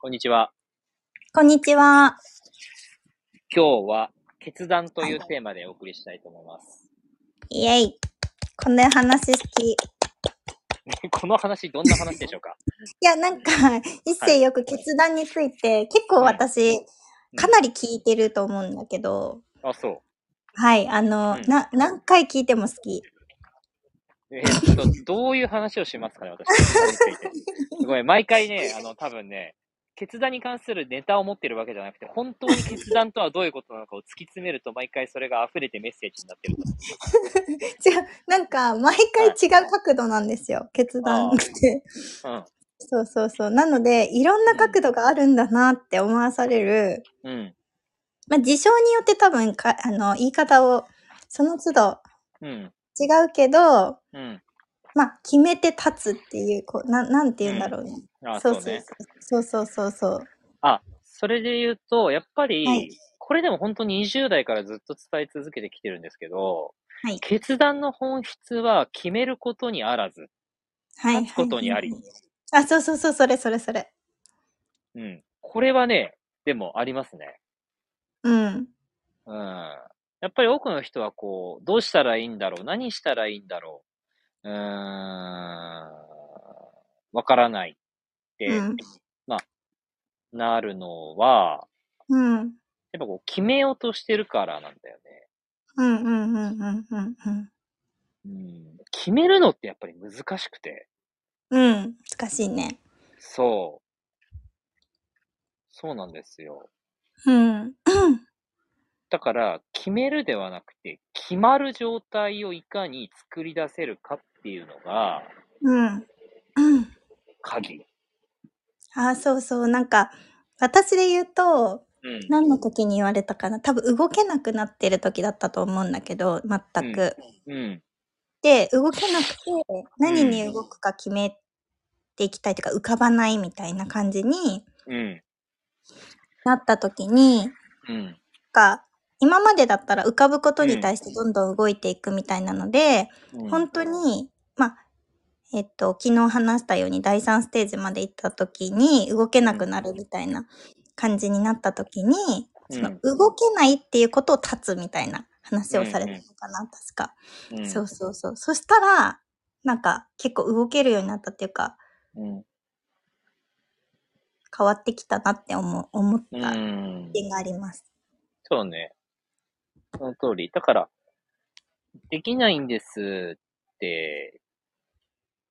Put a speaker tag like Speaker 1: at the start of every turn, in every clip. Speaker 1: こんにちは。
Speaker 2: こんにちは。
Speaker 1: 今日は決断というテーマでお送りしたいと思います。
Speaker 2: イエイ。こんな話好き。い
Speaker 1: この話、どんな話でしょうか
Speaker 2: や、なんか、一世よく決断について、結構私、かなり聞いてると思うんだけど、
Speaker 1: あ、そ
Speaker 2: はい、あの、
Speaker 1: うん
Speaker 2: な、何回聞いても好き。
Speaker 1: う。えーっと、どういう話をしますかね、私。決断についてすごい、毎回ね、あの、多分ね、決断に関するネタを持ってるわけじゃなくて、本当に決断とはどういうことなのかを突き詰めると、毎回それが溢れてメッセージになってると思う。
Speaker 2: 違う、なんか、毎回違う角度なんですよ、決断って。そうそうそう。なので、いろんな角度があるんだなって思わされる、
Speaker 1: うん。うん。
Speaker 2: まあ、事象によって多分か、あの、言い方を、その都度
Speaker 1: うん。
Speaker 2: 違うけど、
Speaker 1: うん。
Speaker 2: まあ、決めて立つっていう、こう、なん、なんて言うんだろうね。
Speaker 1: あ、
Speaker 2: そ
Speaker 1: そううね。
Speaker 2: そうそうそうそう。
Speaker 1: あ、それで言うと、やっぱり、
Speaker 2: はい
Speaker 1: これでも本当に20代からずっと伝え続けてきてるんですけど、
Speaker 2: はい
Speaker 1: 決断の本質は決めることにあらず、
Speaker 2: はいはい。
Speaker 1: 立つことにあり。
Speaker 2: あ、そうそうそう、それそれそれ。
Speaker 1: うん。これはね、でもありますね。
Speaker 2: うん。
Speaker 1: うん。やっぱり多くの人はこう、どうしたらいいんだろう何したらいいんだろううーん。わからないって、
Speaker 2: うん
Speaker 1: なるのは、
Speaker 2: うん。
Speaker 1: やっぱこう、決めようとしてるからなんだよね。
Speaker 2: うんうんうんうんうんうん。
Speaker 1: うん。決めるのってやっぱり難しくて。
Speaker 2: うん。難しいね。
Speaker 1: そう。そうなんですよ。
Speaker 2: うん。
Speaker 1: だから、決めるではなくて、決まる状態をいかに作り出せるかっていうのが、
Speaker 2: うん。うん。
Speaker 1: 鍵。
Speaker 2: あ、そうそう。なんか、私で言うと、
Speaker 1: うん。
Speaker 2: 何の時に言われたかな。多分動けなくなってる時だったと思うんだけど、全く。
Speaker 1: うん。
Speaker 2: で、動けなくて、何に動くか決めていきたいというか、浮かばないみたいな感じに
Speaker 1: うん。
Speaker 2: なった時に、
Speaker 1: うん。
Speaker 2: か今までだったら浮かぶことに対してどんどん動いていくみたいなので、
Speaker 1: うん。
Speaker 2: 本当に、まあ、えっと、昨日話したように第3ステージまで行った時に動けなくなるみたいな感じになった時に、その動けないっていうことを立つみたいな話をされたのかな、確か。
Speaker 1: うん、
Speaker 2: そうそうそう。そしたら、なんか結構動けるようになったっていうか、
Speaker 1: うん。
Speaker 2: 変わってきたなって思う思っ
Speaker 1: う
Speaker 2: た
Speaker 1: ん。
Speaker 2: 点があります。
Speaker 1: そうね。その通り。だから、できないんですって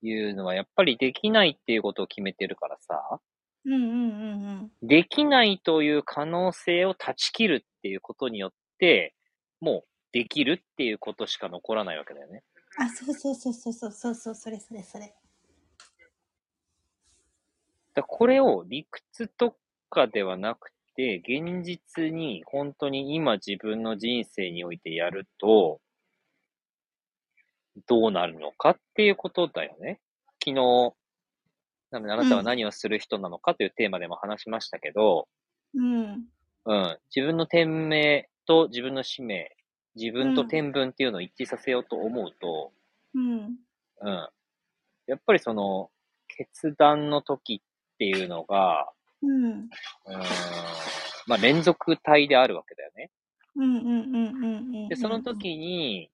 Speaker 1: いうのは、やっぱりできないっていうことを決めてるからさ。
Speaker 2: うんうんうんうん。
Speaker 1: できないという可能性を断ち切るっていうことによって、もうできるっていうことしか残らないわけだよね。
Speaker 2: あ、そうそうそうそうそうそうそう、それそれそれ。
Speaker 1: だからこれを理屈とかではなくて、現実に本当に今自分の人生においてやると、どうなるのかっていうことだよね。昨日、なのであなたは何をする人なのかというテーマでも話しましたけど、
Speaker 2: うん。
Speaker 1: うん。自分の天命と自分の使命、自分と
Speaker 2: うん
Speaker 1: 天分っていうのを一致させようと思うと、
Speaker 2: うん。
Speaker 1: うん。やっぱりその、決断の時っていうのが、
Speaker 2: うん。
Speaker 1: うーん、まあ連続体であるわけだよね。
Speaker 2: うんうんうんうんうん。
Speaker 1: で、その。時に、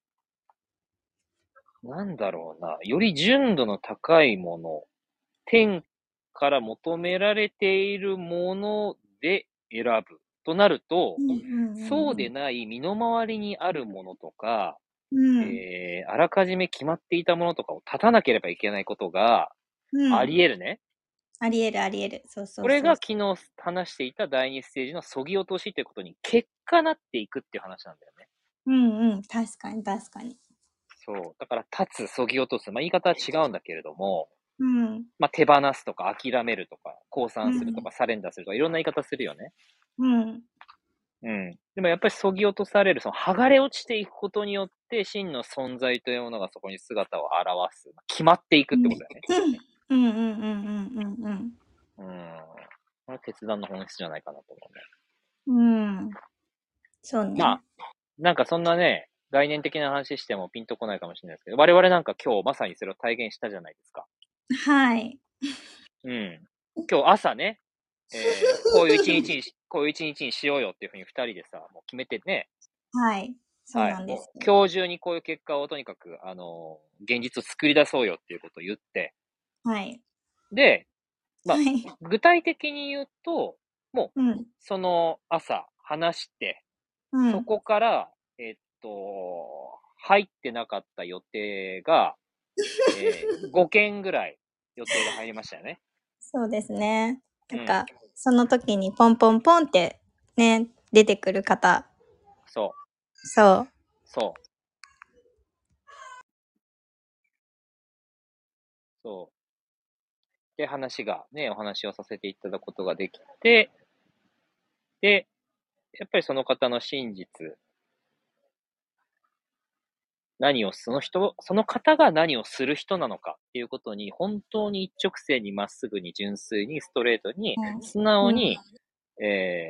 Speaker 1: なんだろうな、より純度の高いもの、天から求められているもので選ぶとなると、
Speaker 2: うんうんうん、
Speaker 1: そうでない身の回りにあるものとか、
Speaker 2: うん、
Speaker 1: えーあらかじめ決まっていたものとかを立たなければいけないことが
Speaker 2: うん
Speaker 1: あり得るね。
Speaker 2: ありえるありえる。そうそうそう。
Speaker 1: これが、昨日話していた第2ステージのそぎ落としということに結果なっていくっていう話なんだよね。
Speaker 2: うんうん。確かに確かに。
Speaker 1: そう。だから、立つ、そぎ落とす。まあ、言い方は違うんだけれども、
Speaker 2: うん。
Speaker 1: まあ、手放すとか、諦めるとか、降参するとか、サレンダーするとか、いろんな言い方するよね。
Speaker 2: うん。
Speaker 1: うん。でもやっぱりそぎ落とされる、その剥がれ落ちていくことによって、真の存在というものがそこに姿を現す。決まっていくってことだよね。
Speaker 2: うんうんうんうんうん
Speaker 1: うん。これは決断の本質じゃないかなと思うね。
Speaker 2: うん。うん。そうね。
Speaker 1: まあ、なんかそんなね、概念的な話してもピンとこないかもしれないですけど、我々なんか今日まさにそれを体現したじゃないですか。
Speaker 2: はい。
Speaker 1: うん。今日朝ね、え ーこういう一日にし、こういう一日にしようよっていうふうに二人でさ、もう決めてね、
Speaker 2: はい。そう
Speaker 1: はい
Speaker 2: なんで
Speaker 1: も
Speaker 2: す。
Speaker 1: う今日中にこういう結果をとにかく、あのー現実を作り出そうよっていうことを言って、
Speaker 2: はい。
Speaker 1: で、まあ
Speaker 2: はい。
Speaker 1: 具体的に言うと、
Speaker 2: うん。
Speaker 1: その朝話して、
Speaker 2: うん。
Speaker 1: そこから、えっと、入ってなかった予定が、 えー5件ぐらい予定が入りましたよね。
Speaker 2: そうですね。なん
Speaker 1: う
Speaker 2: か、その時にポンポンポンってね、出てくる方。
Speaker 1: そう、
Speaker 2: そう。
Speaker 1: そう。そう。で、話が、ね、お話をさせていただくことができて、で、やっぱりその方の真実、何を、その人、その方が何をする人なのかっていうことに、本当に一直線にまっすぐに、純粋に、ストレートに、
Speaker 2: うん
Speaker 1: 素直に、え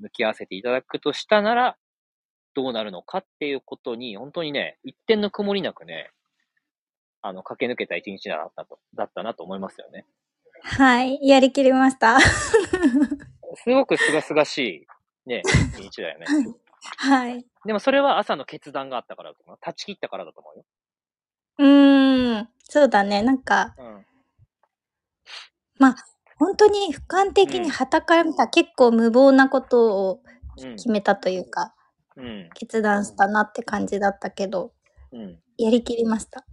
Speaker 1: ー、向き合わせていただくとしたなら、どうなるのかっていうことに、本当にね、一点の曇りなくね、あの、駆け抜けた一日だったと、だったなと思いますよね。
Speaker 2: はい。やりきりました。
Speaker 1: すごくすがすがしい、ね、一日だよね。
Speaker 2: はい。
Speaker 1: でもそれは朝の決断があったからだと思う。断ち切ったからだと思うよ。
Speaker 2: うーん。そうだね。なんか、
Speaker 1: うん。
Speaker 2: 本当に俯瞰的
Speaker 1: うん
Speaker 2: に旗から見た結構無謀なことを
Speaker 1: うん
Speaker 2: 決めたというか、
Speaker 1: うん。
Speaker 2: 決断したなって感じだったけど、
Speaker 1: うん。
Speaker 2: やりきりました。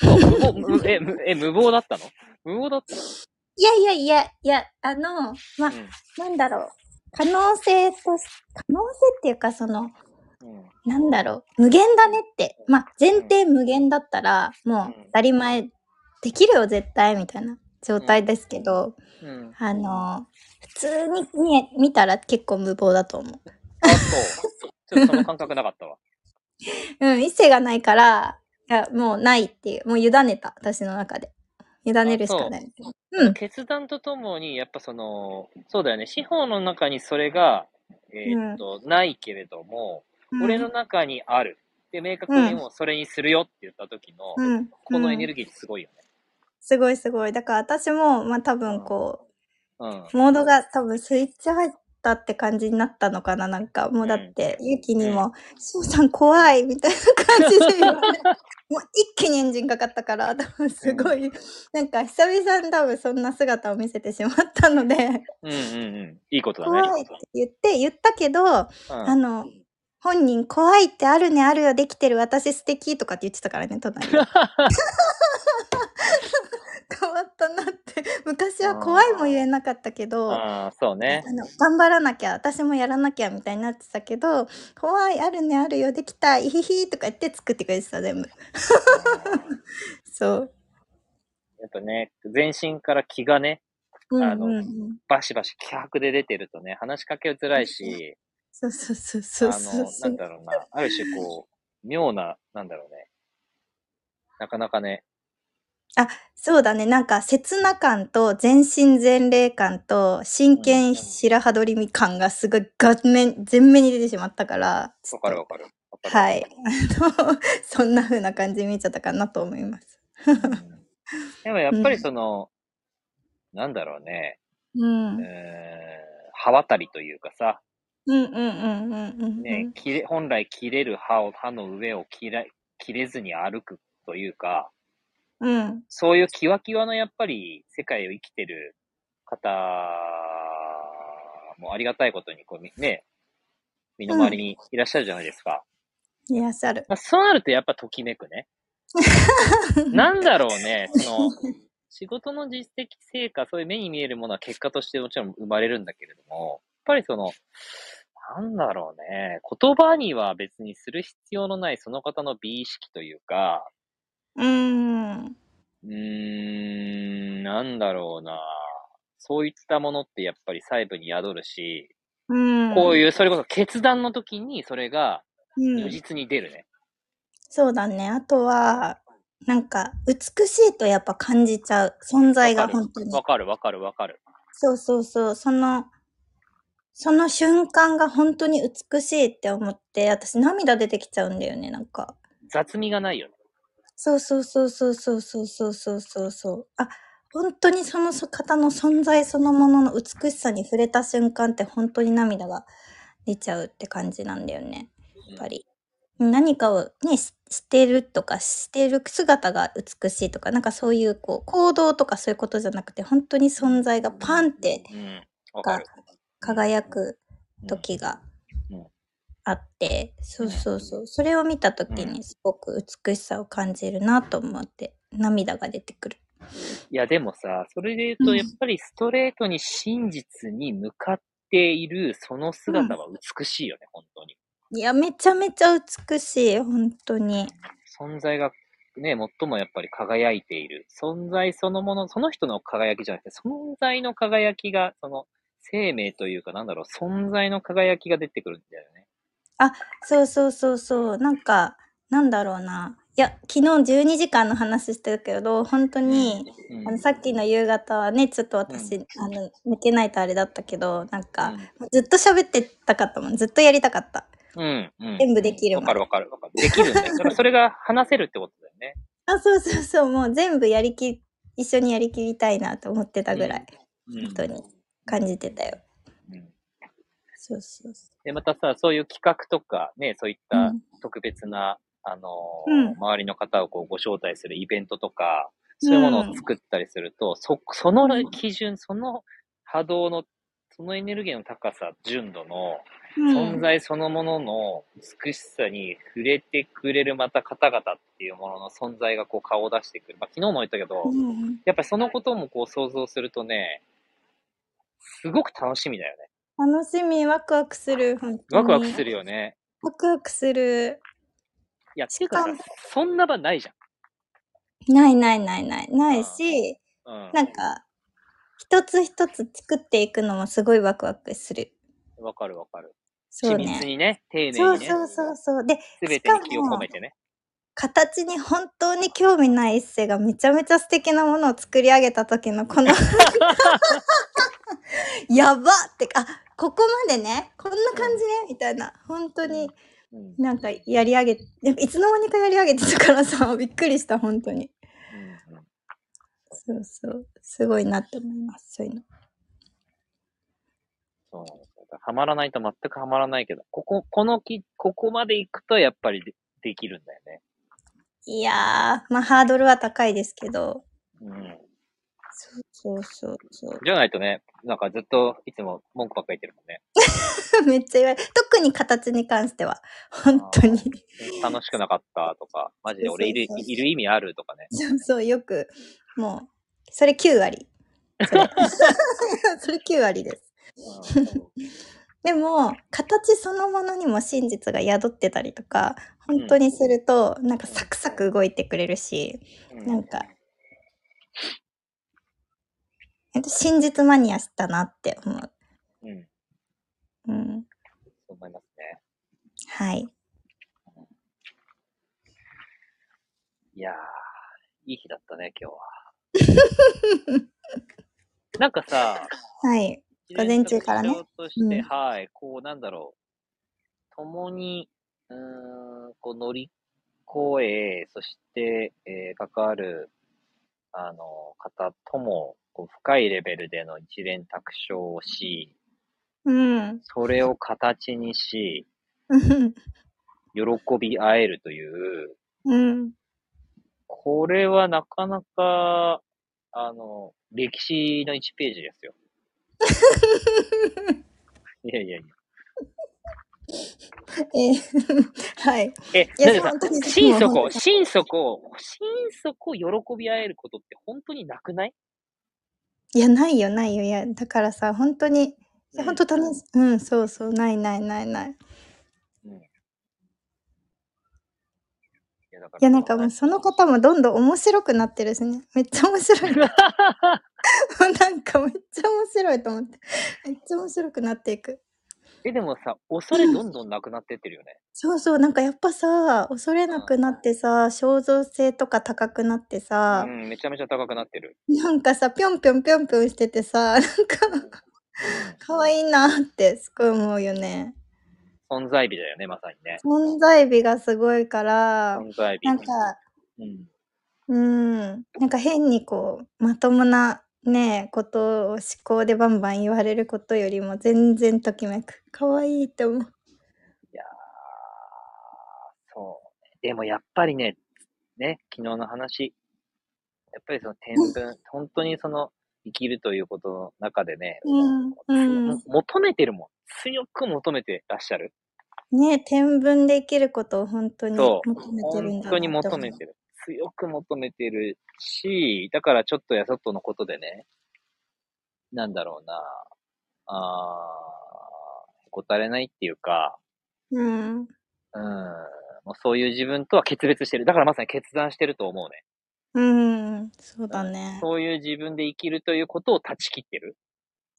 Speaker 1: そう無謀、無 え、無え、無謀だったの無謀だったの
Speaker 2: いやいやいや、いや、あの、まあ、なんだろう。可能性とし、可能性っていうか、その、
Speaker 1: うん。うん。
Speaker 2: なんだろう、無限だねって。まあ、前提無限だったら、もう当たり前、できるよ、絶対、みたいな状態ですけど、
Speaker 1: うん。
Speaker 2: あの、普通に見え見たら結構無謀だと思う。
Speaker 1: あ、そう。ちょっとその感覚なかったわ。
Speaker 2: うん、一世がないから、いや、もうないっていう、もう委ねた、私の中で。委ねるしかない。う ん、
Speaker 1: 決断とともに、やっぱその、そうだよね、司法の中にそれが、えーっと、ないけれども、俺の中にある。で、明確にもうそれにするよって言った時の、
Speaker 2: うん、うん、
Speaker 1: このエネル
Speaker 2: うん
Speaker 1: ギーってすごいよね。
Speaker 2: すごいすごい。だから私も、まあ多分こ
Speaker 1: うん。
Speaker 2: う、モードが多分スイッチ入ったって感じになったのかな。なんか、もうだって、ゆうきにも、翔さん怖いみたいな感じで言われもう一気にエンジンかかった から、多分すごい、なんか久々に多分そんな姿を見せてしまったので、
Speaker 1: うんうんうん。いいことだ
Speaker 2: 怖
Speaker 1: ね。
Speaker 2: いって言って、言ったけど、
Speaker 1: うん
Speaker 2: あの、本人怖いってあるねあるよできてる私素敵とかって言ってたからね、隣で。 変わったなって。昔は怖いも言えなかったけど、あ
Speaker 1: ああ、そうね。
Speaker 2: の頑張らなきゃ、私もやらなきゃみたいになってたけど、怖い、あるねあるよできた、いひひとか言って作ってくれてた、全部。そう。
Speaker 1: やっぱね、全身から気がね、
Speaker 2: うん
Speaker 1: あ
Speaker 2: う
Speaker 1: の
Speaker 2: んうん。
Speaker 1: バシバシ気迫で出てるとね、話しかけづらいし、
Speaker 2: そうそうそう
Speaker 1: あ
Speaker 2: そうそう
Speaker 1: の、
Speaker 2: そ
Speaker 1: なん
Speaker 2: う。
Speaker 1: だろうな、ある種こう、妙な、なんだろうね。なかなかね、
Speaker 2: そうだね。なんか、刹那感と全身全霊感と真
Speaker 1: うん
Speaker 2: 剣白羽取りみ感がすごい画面、全面に出てしまったから、ちょ
Speaker 1: わ
Speaker 2: っ
Speaker 1: かる
Speaker 2: と
Speaker 1: わかる。わかる
Speaker 2: はい。あの、 そんな風な感じに見えちゃったかなと思います。
Speaker 1: うん でもやっぱりその、なんだろうね、
Speaker 2: うん。う
Speaker 1: うん歯渡りというかさ、
Speaker 2: うんうんうんうん。
Speaker 1: ね、切れ本来切れる歯を、歯の上を切れ切れずに歩くというか、
Speaker 2: うん。
Speaker 1: そういうキワキワのやっぱり世界を生きてる方もありがたいことに、こうみね、身の回りにいらっしゃるじゃないですか。
Speaker 2: いらっしゃる。
Speaker 1: まあそうなるとやっぱときめ くね。なんだろうね、その、仕事の実績成果、そういう目に見えるものは結果としてもちろん生まれるんだけれども、やっぱりその、なんだろうね、言葉には別にする必要のないその方の美意識というか、
Speaker 2: うん。
Speaker 1: うーん、なんだろうな、そういったものってやっぱり細部に宿るし、
Speaker 2: うん。
Speaker 1: こう
Speaker 2: う
Speaker 1: いう、それこそ決断の時にそれが
Speaker 2: ん、
Speaker 1: 如実に出るね。
Speaker 2: そうだね。あとは、なんか、美しいとやっぱ感じちゃう。存在が本当に。
Speaker 1: わかるわかるわかる。
Speaker 2: そうそうそう、その、その瞬間が本当に美しいって思って、私涙出てきちゃうんだよね、なんか。
Speaker 1: 雑味がないよね。
Speaker 2: そうそうそうそうそうそうそうそうそうそう。あ、本当にその方の存在そのものの美しさに触れた瞬間って本当に涙が出ちゃうって感じなんだよね。やっぱり。何かをね、ししてるとか、してる姿が美しいとか、なんかそういうこう、行動とかそういうことじゃなくて、本当に存在がパンって
Speaker 1: うん。わかる。
Speaker 2: 輝く
Speaker 1: うん
Speaker 2: 時が
Speaker 1: うん
Speaker 2: あって、そうそうそう、それを見た時にすごく美しさを感じるなと思って、涙が出てくる。
Speaker 1: いや、でもさ、それで言うと、
Speaker 2: うん
Speaker 1: やっぱりストレートに真実に向かっている、その姿は美しいよね、本当に。
Speaker 2: いや、めちゃめちゃ美しい、本当に。
Speaker 1: 存在がね、最もやっぱり輝いている。存在そのもの、その人の輝きじゃなくて、存在の輝きが、その、生命というか、なんだろう、存在の輝きが出てくるんだよね。
Speaker 2: そうそうそうそう。なんか、なんだろうな。いや、昨日12時間の話してるけど、本当に、
Speaker 1: うん
Speaker 2: あのさっきの夕方はね、ちょっと私、
Speaker 1: うん
Speaker 2: あの抜けないとあれだったけど、なんか、
Speaker 1: うん
Speaker 2: ずっと喋ってたかったもん。ずっとやりたかった。
Speaker 1: うん、うん。
Speaker 2: 全部できる
Speaker 1: わかるわかるわかる。できるんだよ。だからそれが話せるってことだよね。
Speaker 2: あ、そうそうそう。もう全部やりき、一緒にやりきりたいなと思ってたぐらい、
Speaker 1: うん
Speaker 2: 本当に感じてた
Speaker 1: う
Speaker 2: よ。
Speaker 1: ん
Speaker 2: そうそうそ
Speaker 1: で、またさ、そういう企画とか、ね、そういっ
Speaker 2: う。う
Speaker 1: た
Speaker 2: ん
Speaker 1: 特別な、あのー
Speaker 2: うん
Speaker 1: 周りの方をこうご招待するイベントとか、そういうものを作ったりすると、そ、その基準、その波動の、そのエネルギーの高さ、純度の、
Speaker 2: うん
Speaker 1: 存在そのものの美しさに触れてくれるまた方々っていうものの存在がこう顔を出してくる。まあ、昨日も言ったけど、
Speaker 2: うん
Speaker 1: やっぱりそのこともこう想像するとね、すごく楽しみだよね。
Speaker 2: 楽しみ、ワクワクする、本当に。
Speaker 1: ワクワクするよね。
Speaker 2: ワクワクする。
Speaker 1: いや、て
Speaker 2: し
Speaker 1: か
Speaker 2: か
Speaker 1: さ
Speaker 2: も、
Speaker 1: そんな場ないじ
Speaker 2: ないないないない。ないし、
Speaker 1: ゃん。
Speaker 2: なんか、一つ一つ作っていくのもすごいワクワクする。
Speaker 1: うん。わかるわかる。
Speaker 2: そ
Speaker 1: 緻
Speaker 2: う
Speaker 1: 密
Speaker 2: ね。
Speaker 1: にね、丁寧
Speaker 2: そう
Speaker 1: にね、
Speaker 2: そうそうそう。で、
Speaker 1: すべ
Speaker 2: してか
Speaker 1: に気を込
Speaker 2: も
Speaker 1: め、てね。
Speaker 2: 形に本当に興味ない一世がめちゃめちゃ素敵なものを作り上げた時のこの、やばってか、あ、ここまでね、こんな感じね、みたいな。本当に
Speaker 1: うんうん
Speaker 2: なんかやり上げ、なんかいつの間にかやり上げてたからさ、 びっくりした、本当に。
Speaker 1: うん
Speaker 2: そうそう。すごいなって思います、そういうの。
Speaker 1: そうなんですよ。はまらないと全くはまらないけど、ここ、このき、ここまで行くとやっぱりでできるんだよね。
Speaker 2: いやー、まあハードルは高いですけど。
Speaker 1: うん。
Speaker 2: そうそうそうそう。
Speaker 1: じゃないとね、なんかずっといつも文句ばっかり言ってるもんね。
Speaker 2: めっちゃ言われる。特に形に関しては。本当に。
Speaker 1: 楽しくなかったとか、マジで俺いる、
Speaker 2: そうそうそう
Speaker 1: いる意味あるとかね。
Speaker 2: そうそう、よく、もう、それ9割。それ それ9割です。
Speaker 1: うん
Speaker 2: でも、形そのものにも真実が宿ってたりとか、本当にすると、なんかサクサク動いてくれるし、
Speaker 1: うん
Speaker 2: なんか、えっと真実マニアしたなって思う。
Speaker 1: うん。
Speaker 2: うん。
Speaker 1: そう思いますね。
Speaker 2: はい。
Speaker 1: いやー、いい日だったね、今日は。 なんかさ、
Speaker 2: はい。午前中からね
Speaker 1: 一連の特徴として、
Speaker 2: うん
Speaker 1: はい、こう、なんだろう。共に、うーん、こう、乗り越え、そして、えー関わる、あの、方とも、こう深いレベルでの一連卓章をし、
Speaker 2: うん。
Speaker 1: それを形にし、
Speaker 2: うん
Speaker 1: 喜び合えるという、
Speaker 2: うん。
Speaker 1: これはなかなか、あの、歴史の1ページ ですよ。いやいやい
Speaker 2: えー はい。
Speaker 1: や。え、
Speaker 2: いや
Speaker 1: だってさ
Speaker 2: 本当に、
Speaker 1: 心
Speaker 2: も
Speaker 1: 底、
Speaker 2: う
Speaker 1: 心底、心底喜び合えることって本当になくない
Speaker 2: いや、ないよ、ないよ。いや、だからさ、本当に、いや、本当楽し、うん、そうそう、ないないないない。い
Speaker 1: うんいや、だか
Speaker 2: や、なんかもう、その方もどんどん面白くなってるしね。めっちゃ面 白い。もうなんか、めっちゃ面白いと思って。めっちゃ面白くなっていく。
Speaker 1: え、でもさ、恐れどんどんなくなってってるよね。
Speaker 2: そうそう、なんかやっぱさ、恐れなくなってさ、肖像性とか高くなってさ、
Speaker 1: うん、めちゃめちゃ高くなってる。
Speaker 2: なんかさ、ぴょんぴょんぴょんぴょんしててさ、 なんか、可愛いなってすごい思うよね。
Speaker 1: 存在美だよね、まさにね。
Speaker 2: 存在美がすごいから、
Speaker 1: 存在美。
Speaker 2: なんか、
Speaker 1: うん。
Speaker 2: うん。なんか変にこう、まともなね、ことを思考でバンバン言われることよりも全然ときめく。可愛いって思う。
Speaker 1: そう。でもやっぱりね、ね、昨日の話、やっぱりその天文、本当にその生きるということの中でね、
Speaker 2: うんうん
Speaker 1: も求めてるもん。強く求めてらっしゃる。
Speaker 2: ね、天文で生きることを本当に求
Speaker 1: そう
Speaker 2: めて
Speaker 1: 本
Speaker 2: るんだなって思う
Speaker 1: 当に求めてる。強く求めてるし、だからちょっとやそっとのことでね、なんだろうな、あー、へこたれないっていうか、
Speaker 2: うん。
Speaker 1: うん、もうそういう自分とは決別してる。だからまさに決断してると思うね。
Speaker 2: うん。そうだね。
Speaker 1: そういう自分で生きるということを断ち切ってる。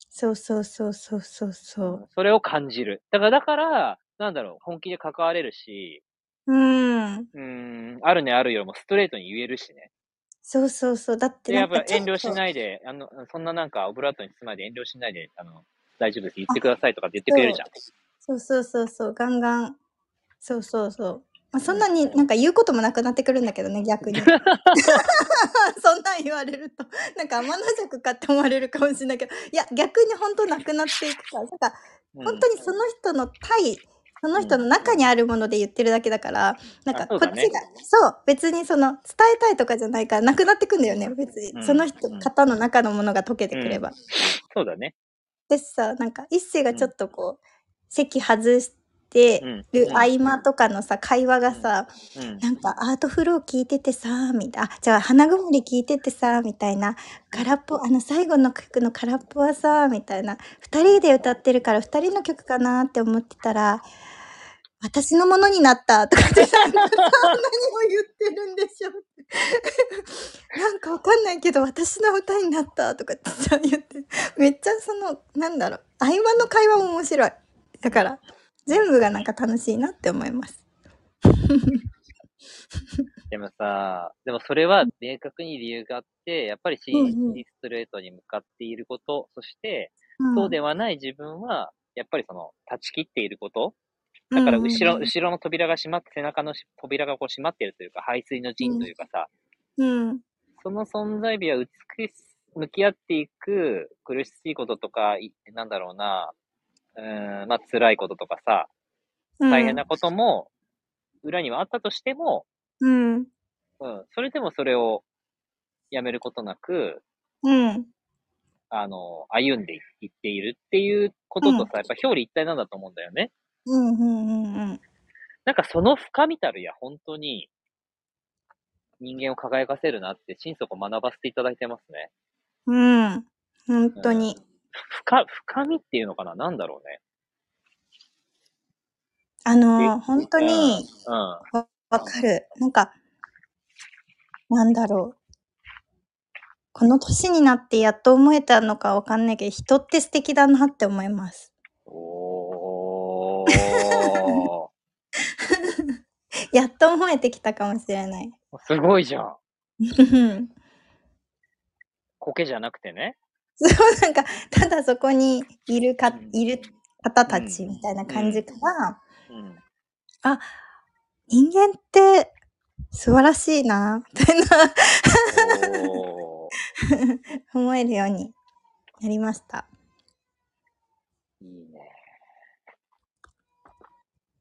Speaker 2: そうそうそうそうそうそう。
Speaker 1: それを感じる。だから、だから、なんだろう、本気で関われるし、
Speaker 2: うん。
Speaker 1: うーん、あるねあるよもストレートに言えるしね。
Speaker 2: そうそうそう。だって
Speaker 1: で、
Speaker 2: な
Speaker 1: やっ
Speaker 2: んか
Speaker 1: ぱ
Speaker 2: ちょ
Speaker 1: 遠
Speaker 2: っ
Speaker 1: 慮し
Speaker 2: と
Speaker 1: ないで、あの、そんななんかオブラートに包まないで遠慮しないで、あの、大丈夫です、言ってくださいとかって言ってくれるじゃん。
Speaker 2: そうそうそうそう。ガンガン。そうそうそう。まあ、そんなになんか言うこともなくなってくるんだけどね、逆に。そ んなん言われると、なんか天の弱かって思われるかもしれないけど、いや、逆に本当なくなっていくから、なんか
Speaker 1: うん
Speaker 2: 本当にその人の対、その人の中にあるもので言ってるだけだから、なんか
Speaker 1: あそ
Speaker 2: こ
Speaker 1: う
Speaker 2: っち
Speaker 1: だ
Speaker 2: が、
Speaker 1: ね
Speaker 2: そう、別にその伝えたいとかじゃないから、なくなってくんだよね、別に。
Speaker 1: うん
Speaker 2: その人、
Speaker 1: うん
Speaker 2: 方の中のものが溶けてくれば。
Speaker 1: そうだね。
Speaker 2: でさ、なんか一世がちょっとこう、席外して
Speaker 1: うん。
Speaker 2: る
Speaker 1: うん
Speaker 2: 合間とかのさ、会話がさ、
Speaker 1: うん
Speaker 2: なんかアートフロー聞いててさ、みたいな、あじゃあ花曇り聞いててさ、みたいな、空っぽ、あの最後の曲の空っぽはさ、みたいな、二人で歌ってるから二人の曲かなって思ってたら、私のものになったとかっ てさ、なんかそんなにも言ってるんでしょ。 なんかわかんないけど、私の歌になったとかってさ、言って、めっちゃその、なんだろう、合間の会話も面白い。だから、全部がなんか楽しいなって思います。
Speaker 1: でもさ、でもそれは明確に理由があって、やっぱり真
Speaker 2: うんう
Speaker 1: 摯
Speaker 2: ん
Speaker 1: にストレートに向かっていること、そして、
Speaker 2: ん
Speaker 1: そうではない自分は、やっぱりその、断ち切っていること、だから後ろ、後ろの扉が閉まって、背中のし扉がこう閉まってるというか、排水の陣というかさ、
Speaker 2: うん
Speaker 1: その存在美は美し、向き合っていく苦しいこととか、いなんだろうな、うーん、まあ辛いこととかさ、
Speaker 2: うん、
Speaker 1: 大変なことも、裏にはあったとしても、
Speaker 2: うん
Speaker 1: うん、それでもそれをやめることなく、
Speaker 2: うん
Speaker 1: あの、歩んでいっているっていうこととさ、やっぱ表裏一体なんだと思うんだよね。
Speaker 2: うんうんうんうん
Speaker 1: なんかその深みたるや、本当に、人間を輝かせるなって、心底学ばせていただいてますね。
Speaker 2: うん本当に、
Speaker 1: 深、深みっていうのかななんだろうね。
Speaker 2: あの本当に
Speaker 1: うん。
Speaker 2: わかるなんかなんだろうこの年になってやっと思えたのかわかんないけど人って素敵だなって思います
Speaker 1: おー。
Speaker 2: やっと思えてきたかもしれない
Speaker 1: すごいじゃん。
Speaker 2: うん
Speaker 1: 苔じゃなくてね。
Speaker 2: そうなんかただそこにいるか
Speaker 1: うん
Speaker 2: いる方たちみたいな感じから、
Speaker 1: うん。
Speaker 2: 人間って素晴らしいなみたいな
Speaker 1: おー。
Speaker 2: 思えるようになりました。
Speaker 1: いいね。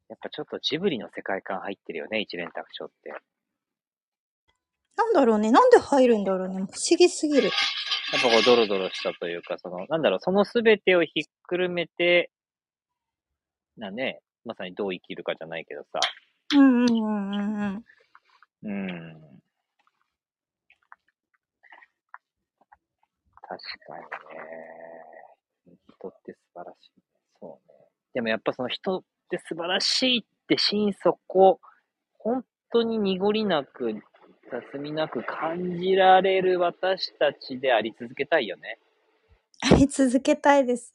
Speaker 1: やっぱちょっとジブリの世界観入ってるよね、一連卓長って。やっ
Speaker 2: なんだろうね。なんで入るんだろうね。不思議すぎる。
Speaker 1: ぱこうドロドロしたというか、その、なんだろう、その全てをひっくるめて、なね、まさにどう生きるかじゃないけどさ。
Speaker 2: うんうんうんうんうん。
Speaker 1: うん。確かにね。人って素晴らしい。そうね。でもやっぱその人って素晴らしいって心底、本当に濁りなく、雑みなく感じられる私たちであり続けたいよね。
Speaker 2: あり続けたいです。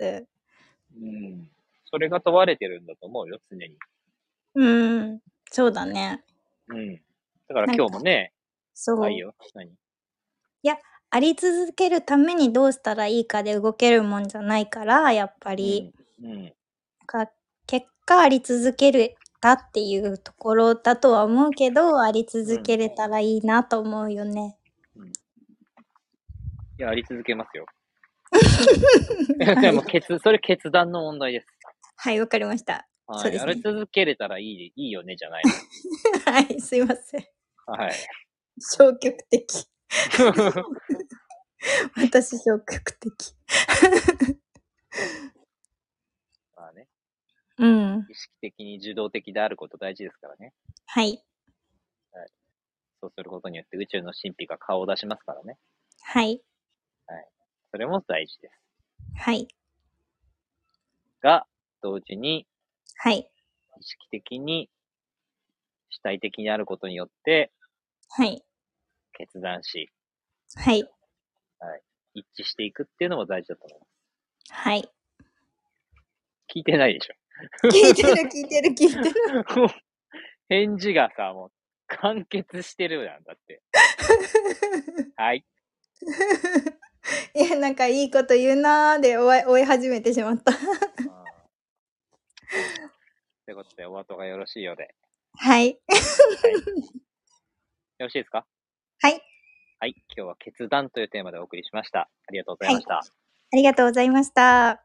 Speaker 1: うん。それが問われてるんだと思うよ、常に。
Speaker 2: うん。そうだね。
Speaker 1: うん。だから今日もね、
Speaker 2: そう。
Speaker 1: あ、いいよ。何
Speaker 2: あり続けるためにどうしたらいいかで動けるもんじゃないから、やっぱり。
Speaker 1: うん。うん
Speaker 2: なんか結果あり続けるったっていうところだとは思うけど、あり続けれたらいいなと思うよね。
Speaker 1: いや、あり続けます よ。でも、決、それ決断の問題です。
Speaker 2: はい、わかりました。
Speaker 1: はい。
Speaker 2: そうですね
Speaker 1: あり続けれたらいい、いいよね、じゃない。
Speaker 2: はい、すいません。
Speaker 1: はい。
Speaker 2: 消極的。私消極的。
Speaker 1: まあね、
Speaker 2: うん。
Speaker 1: 意識的に受動的であること大事ですからね。
Speaker 2: はい。
Speaker 1: そうすることによって宇宙の神秘が顔を出しますからね。
Speaker 2: はい。
Speaker 1: それも大事です。
Speaker 2: はい。
Speaker 1: が、同時に
Speaker 2: はい。
Speaker 1: 意識的に主体的にあることによって
Speaker 2: はい。
Speaker 1: 決断し、
Speaker 2: はい。
Speaker 1: 一致していくっていうのも大事だと思います。
Speaker 2: はい。
Speaker 1: 聞いてないでし
Speaker 2: 聞いてる、聞いてる、聞いてる。
Speaker 1: ょ。もう返事がさ、もう完結してるやんだって。はい。
Speaker 2: いや、なんかいいこと言うなーで追い追い始めてしまった。
Speaker 1: うんということで、お後がよろしいようで。
Speaker 2: はい。
Speaker 1: よろしいですか
Speaker 2: はい。
Speaker 1: はい。今日は決断というテーマでお送りしました。ありがとうございました。
Speaker 2: ありがとうございました。